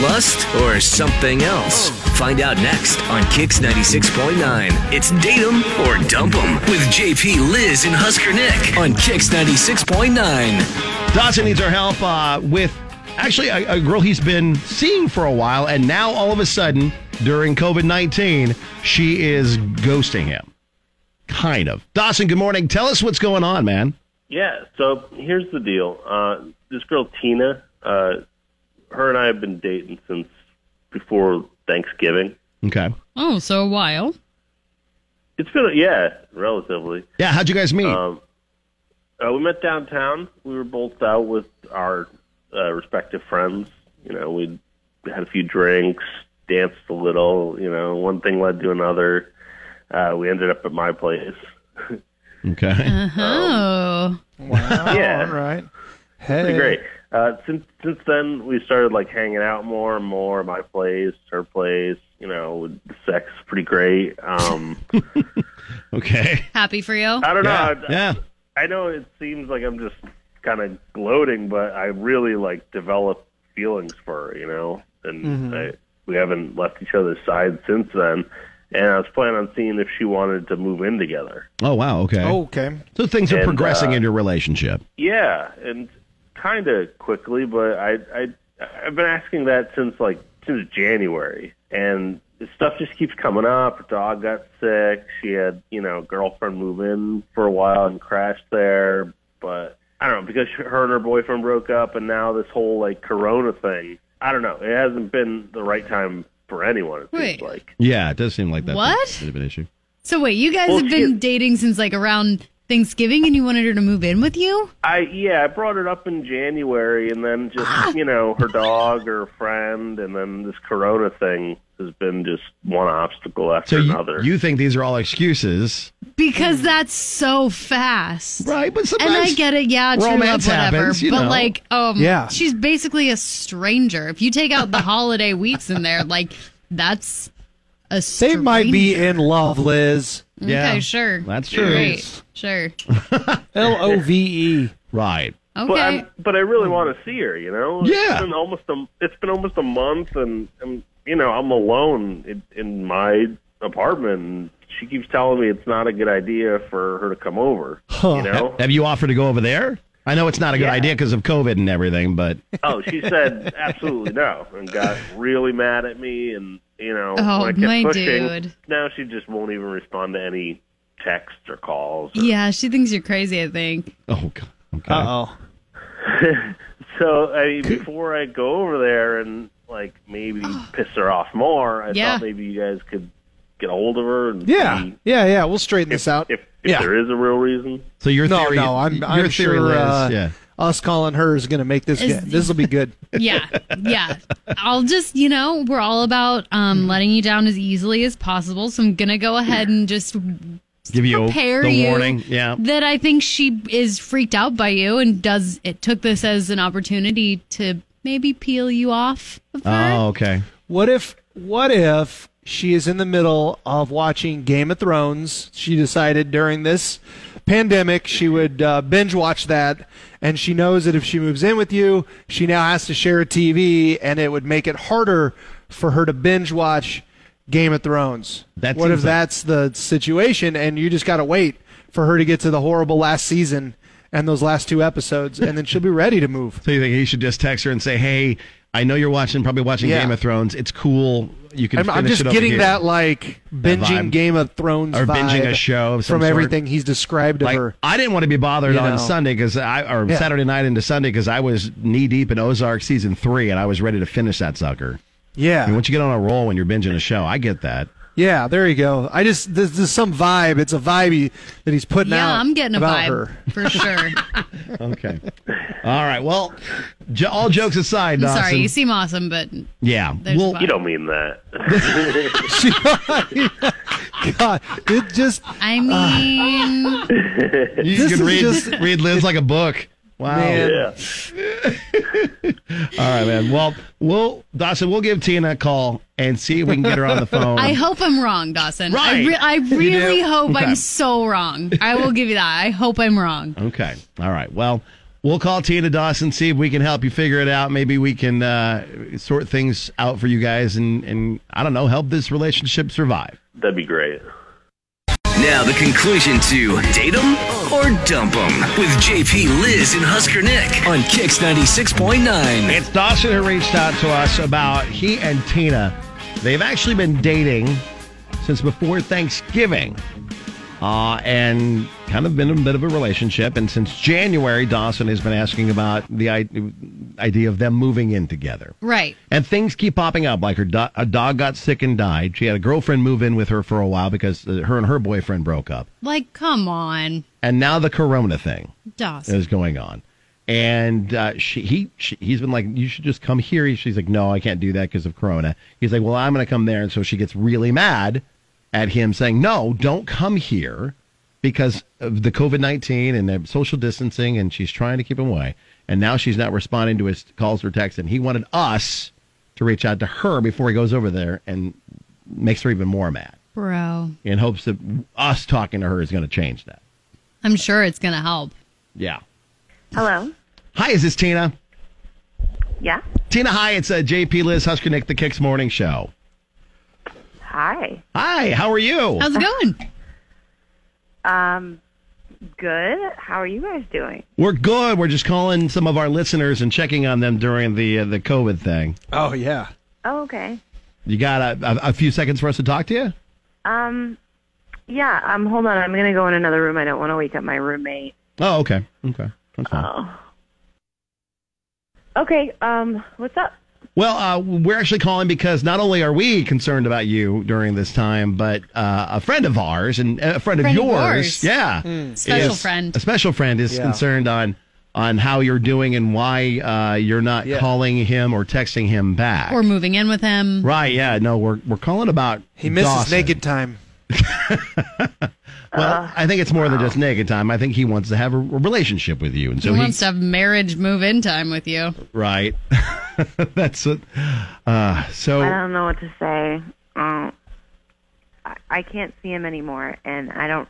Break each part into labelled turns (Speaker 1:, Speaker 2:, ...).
Speaker 1: lust, or something else? Find out next on Kix 96.9. It's Date 'em or Dump 'em with JP, Liz, and Husker Nick on Kix 96.9.
Speaker 2: Dawson needs our help uh, with actually a, a girl he's been seeing for a while, and now all of a sudden, during COVID 19, she is ghosting him. Kind of. Dawson, good morning. Tell us what's going on, man.
Speaker 3: Yeah, so here's the deal. Uh, this girl, Tina, uh, her and I have been dating since before Thanksgiving.
Speaker 2: Okay.
Speaker 4: Oh, so a while.
Speaker 3: It's been, yeah, relatively.
Speaker 2: Yeah, how'd you guys meet?
Speaker 3: Um, uh, we met downtown. We were both out with our uh, respective friends. You know, we had a few drinks, danced a little. You know, one thing led to another. Uh, we ended up at my place.
Speaker 2: okay.
Speaker 4: Oh.
Speaker 5: Wow.
Speaker 3: Yeah.
Speaker 5: All right. Hey.
Speaker 3: Pretty great. Uh, since since then, we started like hanging out more and more. My place, her place. You know, the sex is pretty great. Um,
Speaker 2: okay.
Speaker 4: Happy for you.
Speaker 3: I don't
Speaker 2: Yeah.
Speaker 3: know. I-
Speaker 2: yeah.
Speaker 3: I know it seems like I'm just kind of gloating, but I really like developed feelings for her, you know, and
Speaker 2: Mm-hmm.
Speaker 3: I, we haven't left each other's side since then. And I was planning on seeing if she wanted to move in together.
Speaker 2: Oh, wow. Okay.
Speaker 5: Oh, okay.
Speaker 2: so things are
Speaker 3: and,
Speaker 2: progressing
Speaker 3: uh,
Speaker 2: in your relationship.
Speaker 3: Yeah, and kind of quickly, but I I I've been asking that since like since January, and stuff just keeps coming up. Her dog got sick. She had you know girlfriend move in for a while and crashed there, but I don't know because her and her boyfriend broke up, and now this whole like Corona thing. I don't know. It hasn't been the right time for anyone. It
Speaker 4: Wait.
Speaker 3: seems like
Speaker 2: Yeah, it does seem like that's a-
Speaker 4: What?
Speaker 2: a bit of an issue.
Speaker 4: So wait, you guys
Speaker 3: Well,
Speaker 4: have been
Speaker 3: she-
Speaker 4: dating since like around Thanksgiving, and you wanted her to move in with you?
Speaker 3: I yeah, I brought it up in January, and then
Speaker 2: Ah.
Speaker 3: just you know her dog or friend, and then this Corona thing has been just one obstacle
Speaker 2: So
Speaker 3: after
Speaker 2: you,
Speaker 3: another.
Speaker 2: you think these are all excuses, Hmm.
Speaker 4: Because that's so fast.
Speaker 2: right? But
Speaker 4: And
Speaker 2: sometimes
Speaker 4: I get it, yeah, true
Speaker 2: romance
Speaker 4: love, whatever.
Speaker 2: happens, you
Speaker 4: but
Speaker 2: know.
Speaker 4: like, um,
Speaker 5: Yeah.
Speaker 4: she's basically a stranger. If you take out the holiday weeks in there, like that's a
Speaker 5: They
Speaker 4: stranger.
Speaker 5: might be in love, Liz.
Speaker 2: Yeah.
Speaker 4: Okay, sure.
Speaker 2: That's true.
Speaker 4: Great. Sure.
Speaker 5: L O V E.
Speaker 2: Right.
Speaker 3: but
Speaker 4: Okay.
Speaker 3: I but I really want to see her. You know,
Speaker 2: Yeah.
Speaker 3: It's been almost a it's been almost a month, and, and you know I'm alone in, in my apartment. And she keeps telling me it's not a good idea for her to come over. You
Speaker 5: Oh.
Speaker 3: know,
Speaker 2: Have you offered to go over there? I know it's not a good
Speaker 3: Yeah.
Speaker 2: idea because of COVID and everything, but
Speaker 3: Oh, she said absolutely no, and got really mad at me, and you know,
Speaker 4: Oh,
Speaker 3: when I kept
Speaker 4: my
Speaker 3: pushing,
Speaker 4: dude.
Speaker 3: now she just won't even respond to any texts or calls. or-
Speaker 4: yeah, she thinks you're crazy. I think.
Speaker 2: oh, God. okay.
Speaker 5: Uh oh.
Speaker 3: So I mean, before I go over there and like maybe piss her off more, I
Speaker 4: Yeah.
Speaker 3: thought maybe you guys could get a hold of her and
Speaker 5: Yeah.
Speaker 3: see
Speaker 5: Yeah. Yeah. We'll straighten
Speaker 3: if,
Speaker 5: this out.
Speaker 3: if, if
Speaker 5: yeah.
Speaker 3: there is a real reason.
Speaker 2: So your
Speaker 5: no,
Speaker 2: theory,
Speaker 5: no. I'm,
Speaker 2: your
Speaker 5: I'm
Speaker 2: theory,
Speaker 5: sure
Speaker 2: Liz,
Speaker 5: uh,
Speaker 2: yeah.
Speaker 5: us calling her is going to make this.
Speaker 4: Is-
Speaker 5: Get, this will be good.
Speaker 4: yeah yeah i'll just you know we're all about um
Speaker 2: Mm.
Speaker 4: letting you down as easily as possible so i'm gonna go ahead and just
Speaker 2: Give you
Speaker 4: prepare
Speaker 2: the
Speaker 4: you
Speaker 2: warning. Yeah.
Speaker 4: that i think she is freaked out by you and does it took this as an opportunity to maybe peel you off of her
Speaker 2: Oh, okay.
Speaker 5: What if what if she is in the middle of watching Game of Thrones? She decided during this pandemic she would uh, binge watch that, and she knows that if she moves in with you, she now has to share a TV, and it would make it harder for her to binge watch Game of Thrones.
Speaker 2: That
Speaker 5: what
Speaker 2: seems like-
Speaker 5: if that's the situation, and you just got to wait for her to get to the horrible last season and those last two episodes, and then she'll be ready to move.
Speaker 2: So you think he should just text her and say, "Hey, I know you're watching, probably watching
Speaker 5: Yeah.
Speaker 2: Game of Thrones. It's cool. You can."
Speaker 5: I'm, I'm
Speaker 2: finish
Speaker 5: just
Speaker 2: it over
Speaker 5: getting
Speaker 2: here."
Speaker 5: that like binging
Speaker 2: vibe.
Speaker 5: Game of Thrones
Speaker 2: Or
Speaker 5: vibe
Speaker 2: binging a show of some
Speaker 5: from
Speaker 2: sort.
Speaker 5: everything he's described
Speaker 2: Like,
Speaker 5: of her.
Speaker 2: I didn't want to be bothered
Speaker 5: You
Speaker 2: on
Speaker 5: know.
Speaker 2: Sunday because I or
Speaker 5: Yeah.
Speaker 2: Saturday night into Sunday because I was knee deep in Ozark season three and I was ready to finish that sucker.
Speaker 5: Yeah,
Speaker 2: And once you get on a roll when you're binging a show, I get that.
Speaker 5: yeah. There you go. I just there's, there's some vibe. It's a vibe he, that he's putting out.
Speaker 4: yeah i'm getting a
Speaker 5: about
Speaker 4: vibe
Speaker 5: Her.
Speaker 4: for sure
Speaker 2: Okay. All right. Well, j- all jokes aside,
Speaker 4: i'm
Speaker 2: Dawson.
Speaker 4: sorry you seem awesome but
Speaker 2: yeah.
Speaker 4: There's
Speaker 2: Well,
Speaker 4: a
Speaker 3: You don't mean that.
Speaker 5: God, it just
Speaker 2: Ah.
Speaker 4: i mean
Speaker 2: you can
Speaker 5: is
Speaker 2: read
Speaker 5: just-
Speaker 2: read Liz like a book. Wow.
Speaker 5: Man.
Speaker 3: yeah.
Speaker 2: All right, man. Well, we'll Dawson, we'll give Tina a call and see if we can get her on the phone.
Speaker 4: I hope I'm wrong, Dawson.
Speaker 2: Right.
Speaker 4: I, re- I really
Speaker 2: do?
Speaker 4: hope
Speaker 2: Okay.
Speaker 4: I'm so wrong. I will give you that. I hope I'm wrong.
Speaker 2: okay. All right. Well, We'll call Tina Dawson, see if we can help you figure it out. Maybe we can uh, sort things out for you guys and, and, I don't know, help this relationship survive.
Speaker 3: That'd be great.
Speaker 1: Now, the conclusion to Date 'em or Dump 'em with JP Liz and Husker Nick on Kix 96.9.
Speaker 2: It's Dawson who reached out to us about he and Tina. They've actually been dating since before Thanksgiving uh, and kind of been in a bit of a relationship. And since January, Dawson has been asking about the i- idea of them moving in together.
Speaker 4: Right.
Speaker 2: And things keep popping up. Like her do- a dog got sick and died. She had a girlfriend move in with her for a while because uh, her and her boyfriend broke up.
Speaker 4: Like, come on,
Speaker 2: And now the corona thing
Speaker 4: Dawson.
Speaker 2: is going on. And uh, she, he, she, he's been like, you should just come here. She's like, no, I can't do that because of Corona. He's like, well, I'm going to come there. And so she gets really mad at him saying, no, don't come here because of the COVID 19 and the social distancing. And she's trying to keep him away. And now she's not responding to his calls or texts. And he wanted us to reach out to her before he goes over there and makes her even more mad
Speaker 4: Bro,
Speaker 2: in hopes that us talking to her is going to change that.
Speaker 4: I'm sure it's going to help.
Speaker 2: Yeah.
Speaker 6: Hello.
Speaker 2: Hi, is this Tina?
Speaker 6: Yeah.
Speaker 2: Tina, hi. It's uh, JP Liz Husker Nick, the Kicks Morning Show.
Speaker 6: Hi.
Speaker 2: Hi, how are you?
Speaker 4: How's it going?
Speaker 6: Um, good. How are you guys doing?
Speaker 2: We're good. We're just calling some of our listeners and checking on them during the uh, the COVID thing.
Speaker 5: Oh yeah.
Speaker 6: Oh, okay.
Speaker 2: You got a, a, a few seconds for us to talk to you?
Speaker 6: Um, yeah. Um, hold on. I'm gonna go in another room. I don't want to wake up my roommate.
Speaker 2: Oh, okay. Okay. That's
Speaker 5: Uh-huh.
Speaker 2: fine.
Speaker 6: Oh. Okay. Um, what's up?
Speaker 2: Well, uh, we're actually calling because not only are we concerned about you during this time, but uh, a friend of ours and uh, a friend,
Speaker 4: Friend
Speaker 2: of
Speaker 4: of
Speaker 2: yours,
Speaker 4: yours. Hmm.
Speaker 2: yeah,
Speaker 4: Special
Speaker 2: is-
Speaker 4: friend.
Speaker 2: a special friend is
Speaker 5: Yeah.
Speaker 2: concerned on on how you're doing and why uh, you're not
Speaker 5: Yeah.
Speaker 2: calling him or texting him back.
Speaker 4: Or moving in with him.
Speaker 2: Right, yeah, no, we're we're calling about
Speaker 5: He misses
Speaker 2: Dawson.
Speaker 5: naked time.
Speaker 2: Well, I think it's more than just naked time. I think he wants to have a a relationship with you, and so
Speaker 4: he
Speaker 2: he,
Speaker 4: wants to have marriage move in time with you.
Speaker 2: right. That's it. Uh, so
Speaker 6: I don't know what to say. Um, I, I can't see him anymore, and I don't.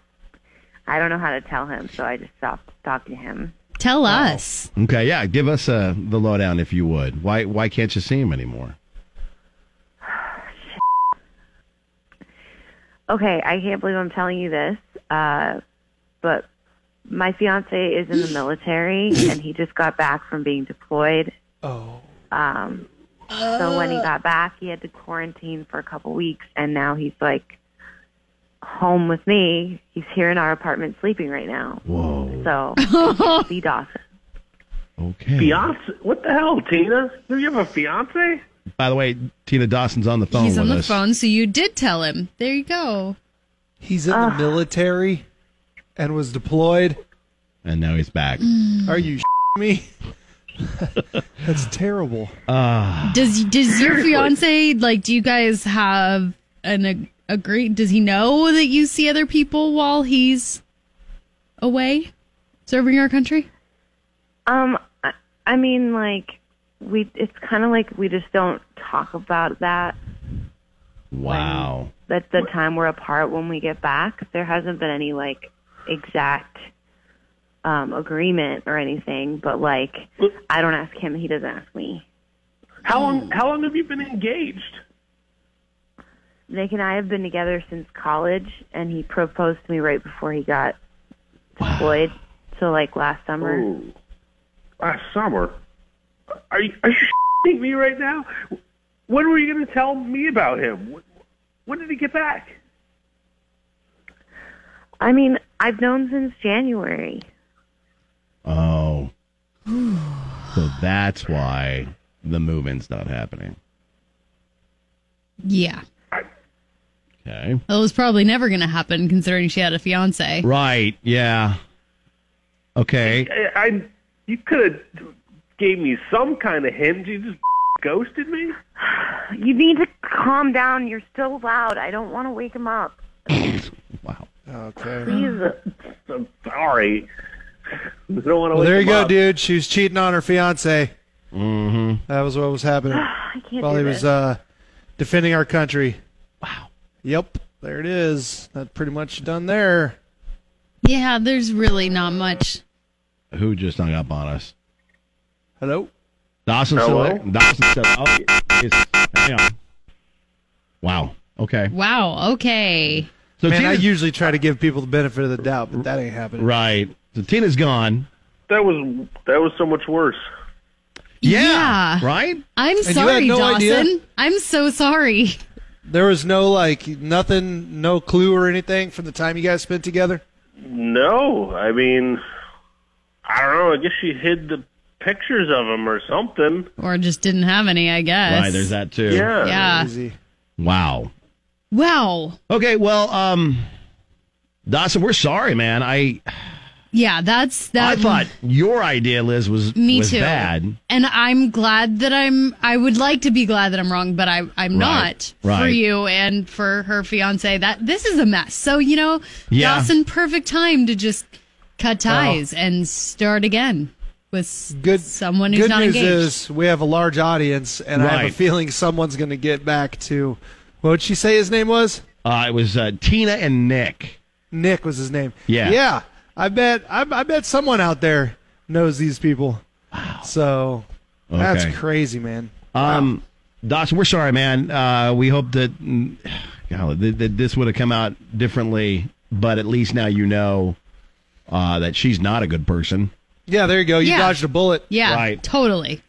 Speaker 6: I don't know how to tell him, so I just stopped talking to him.
Speaker 4: Tell us.
Speaker 2: okay, yeah, give us uh, the lowdown if you would. Why why can't you see him anymore?
Speaker 6: Okay, I can't believe I'm telling you this, uh, but my fiance is in the military and he just got back from being deployed.
Speaker 5: Oh.
Speaker 6: Um, so when he got back, he had to quarantine for a couple weeks, and now he's like home with me. He's here in our apartment sleeping right now.
Speaker 2: Whoa.
Speaker 6: So I can't see Dawson.
Speaker 2: Okay.
Speaker 3: Fiance? What the hell, Tina? Do you have a fiance?
Speaker 2: By the way, Tina Dawson's on the phone
Speaker 4: He's
Speaker 2: with
Speaker 4: on the
Speaker 2: us.
Speaker 4: phone, so you did tell him. There you go.
Speaker 5: He's in the military and was deployed.
Speaker 2: And now he's back.
Speaker 4: Mm.
Speaker 5: Are you me? That's terrible.
Speaker 4: Does does your fiance like? Do you guys have an ag- agree? Does he know that you see other people while he's away serving our country?
Speaker 6: Um, I, I mean, like we, it's kind of like we just don't talk about that.
Speaker 2: Wow.
Speaker 6: That's the time we're apart when we get back. There hasn't been any like exact um, agreement or anything, but like I don't ask him, he doesn't ask me.
Speaker 3: How long? How long have you been engaged?
Speaker 6: Nick and I have been together since college, and he proposed to me right before he got deployed. So like last summer.
Speaker 3: Ooh. Last summer. Are you, are you shitting me right now? When were you going to tell me about him? Wh- When did he get back?
Speaker 6: I mean, I've known since January.
Speaker 2: Oh. so that's why the move-in's not happening.
Speaker 4: Yeah,
Speaker 2: Okay.
Speaker 4: that was probably never going to happen considering she had a fiance.
Speaker 2: Right. Yeah. Okay.
Speaker 3: I, I you could have gave me some kind of hint. You just ghosted me.
Speaker 6: You need to calm down. You're so loud. I don't want to wake him up.
Speaker 2: Wow.
Speaker 5: Okay.
Speaker 6: Please.
Speaker 3: I'm sorry. I don't want to.
Speaker 5: Well, there you
Speaker 3: him
Speaker 5: go,
Speaker 3: up.
Speaker 5: dude. She was cheating on her fiance. Mm-hmm. That was what was happening
Speaker 2: Ah,
Speaker 6: I can't
Speaker 5: while
Speaker 6: do
Speaker 5: he
Speaker 6: this.
Speaker 5: was uh, defending our country.
Speaker 2: Wow.
Speaker 5: Yep. There it is. That's pretty much done there.
Speaker 4: Yeah, there's really not much
Speaker 2: Who just hung up on us?
Speaker 5: Hello?
Speaker 2: Dawson still
Speaker 3: Hello?
Speaker 2: there? Dawson still oh, it's- hang on. Wow. Okay.
Speaker 4: Wow. Okay.
Speaker 2: So
Speaker 5: Man, I
Speaker 2: Tina's
Speaker 5: usually try to give people the benefit of the doubt, but that ain't happening.
Speaker 2: right. So Tina's gone.
Speaker 3: That was that was so much worse.
Speaker 2: Yeah.
Speaker 4: Yeah.
Speaker 2: Right?
Speaker 4: I'm
Speaker 5: had
Speaker 4: sorry,
Speaker 5: no
Speaker 4: Dawson.
Speaker 5: idea?
Speaker 4: I'm so sorry.
Speaker 5: There was no like nothing, no clue or anything from the time you guys spent together.
Speaker 3: No, I mean, I don't know. I guess she hid the pictures of him or something.
Speaker 4: Or just didn't have any, I guess.
Speaker 2: Right, there's that too.
Speaker 3: Yeah.
Speaker 2: Ah.
Speaker 4: Yeah.
Speaker 5: Easy.
Speaker 2: Wow.
Speaker 4: Wow.
Speaker 2: Okay, well, um Dawson, we're sorry, man. I
Speaker 4: Yeah, that's
Speaker 2: I
Speaker 4: that.
Speaker 2: thought your idea, Liz, was
Speaker 4: Um, me
Speaker 2: was
Speaker 4: too.
Speaker 2: bad.
Speaker 4: And I'm glad that I'm. I would like to be glad that I'm wrong, but I, I'm not
Speaker 2: right.
Speaker 4: for you and for her fiance. That this is a mess. So you know,
Speaker 2: Yeah.
Speaker 4: Dawson, perfect time to just cut ties and start again with s-
Speaker 5: Good.
Speaker 4: someone who's
Speaker 5: good
Speaker 4: not
Speaker 5: news
Speaker 4: engaged.
Speaker 5: is we have a large audience, and I have a
Speaker 2: Right.
Speaker 5: feeling someone's going to get back to what would she say his name was?
Speaker 2: Uh, it was uh, Tina and Nick.
Speaker 5: Nick was his name.
Speaker 2: Yeah.
Speaker 5: Yeah. I bet. I, I bet someone out there knows these people. Wow. So that's
Speaker 2: Okay.
Speaker 5: crazy, man.
Speaker 2: Um, Dawson, we're sorry, man. Uh, we hope that, mm, God, that, that this would have come out differently, but at least now you know uh, that she's not a good person.
Speaker 5: Yeah. There you go. You
Speaker 4: Yeah.
Speaker 5: dodged a bullet.
Speaker 4: yeah,
Speaker 2: Right.
Speaker 4: totally.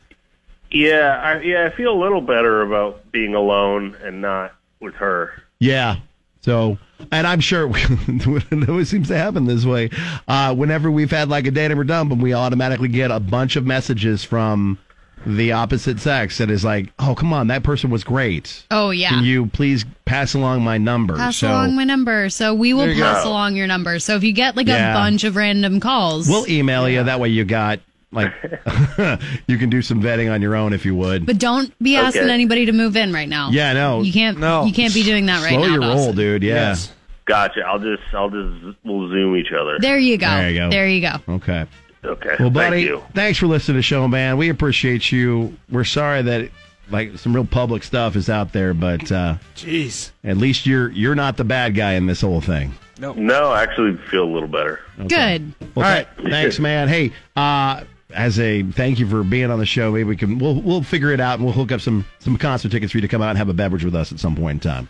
Speaker 3: Yeah, I, yeah. I feel a little better about being alone and not with her.
Speaker 2: Yeah. So, and I'm sure it always seems to happen this way. Uh, whenever we've had like a date or dump, and we automatically get a bunch of messages from the opposite sex that is like, "Oh, come on, that person was great.
Speaker 4: Oh yeah.
Speaker 2: Can you please pass along my number?"
Speaker 4: pass
Speaker 2: so
Speaker 4: along my number. So we will
Speaker 5: There you go.
Speaker 4: pass along your number. So if you get like
Speaker 2: Yeah.
Speaker 4: a bunch of random calls,
Speaker 2: we'll e- email you. That way, you got like you can do some vetting on your own if you would.
Speaker 4: but don't be asking
Speaker 3: Okay.
Speaker 4: anybody to move in right now.
Speaker 2: Yeah, no.
Speaker 4: you can't.
Speaker 5: No.
Speaker 4: you can't be doing that right
Speaker 2: Slow
Speaker 4: now.
Speaker 2: your
Speaker 4: Dawson.
Speaker 2: roll, dude. Yeah.
Speaker 5: Yes.
Speaker 3: Gotcha. I'll just I'll just we'll zoom each other.
Speaker 4: There you go.
Speaker 2: There you go.
Speaker 4: There you go.
Speaker 2: Okay.
Speaker 3: Okay.
Speaker 2: Well, buddy,
Speaker 3: Thank you.
Speaker 2: thanks for listening to the show, man. We appreciate you. We're sorry that like some real public stuff is out there, but uh,
Speaker 5: Jeez.
Speaker 2: at least you're you're not the bad guy in this whole thing.
Speaker 3: No, I actually feel a little better.
Speaker 4: Good.
Speaker 2: Well,
Speaker 5: All
Speaker 2: th-
Speaker 3: right.
Speaker 2: thanks, man. Hey, uh, as a thank you for being on the show, maybe we can we'll we'll figure it out and we'll hook up some some concert tickets for you to come out and have a beverage with us at some point in time.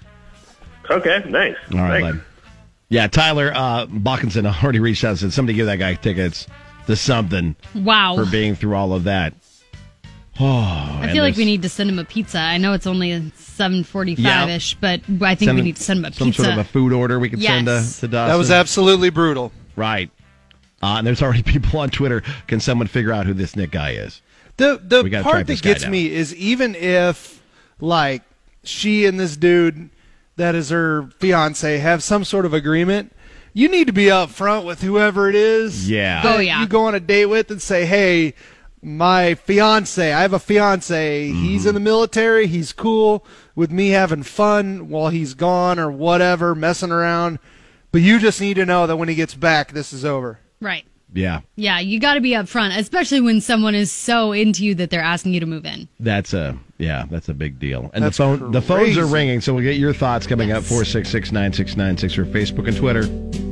Speaker 3: Okay. Nice.
Speaker 2: All right,
Speaker 3: Thanks.
Speaker 2: bud. Yeah, Tyler uh, Bockinson already reached out and said somebody give that guy tickets to something
Speaker 4: Wow.
Speaker 2: for being through all of that.
Speaker 4: Oh.
Speaker 2: Oh,
Speaker 4: I feel like we need to send him a pizza. I know it's only seven forty-five-ish, but I think we need to send him a
Speaker 2: some
Speaker 4: pizza.
Speaker 2: sort of a food order we could send to,
Speaker 4: Yes.
Speaker 2: to Dawson.
Speaker 5: That was absolutely brutal.
Speaker 2: right. Uh, and there's already people on Twitter. Can someone figure out who this Nick guy is?
Speaker 5: The
Speaker 2: We gotta
Speaker 5: the
Speaker 2: track
Speaker 5: part
Speaker 2: this
Speaker 5: that
Speaker 2: guy
Speaker 5: gets
Speaker 2: down.
Speaker 5: me is even if like she and this dude that is her fiance have some sort of agreement, you need to be upfront with whoever it is.
Speaker 2: Yeah.
Speaker 5: that
Speaker 4: Oh, yeah.
Speaker 5: You go on a date with and say, "Hey, my fiance, I have a fiance. He's in the military. He's cool with me having fun while he's gone or whatever, messing around. But you just need to know that when he gets back, this is over."
Speaker 4: right.
Speaker 2: Yeah,
Speaker 4: Yeah, you got to be upfront, especially when someone is so into you that they're asking you to move in.
Speaker 2: that's a yeah, that's a big deal. And
Speaker 5: That's
Speaker 2: the phone the phones
Speaker 5: crazy.
Speaker 2: are ringing, so we'll get your thoughts coming up
Speaker 4: Yes.
Speaker 2: four six six nine six nine six or Facebook and Twitter.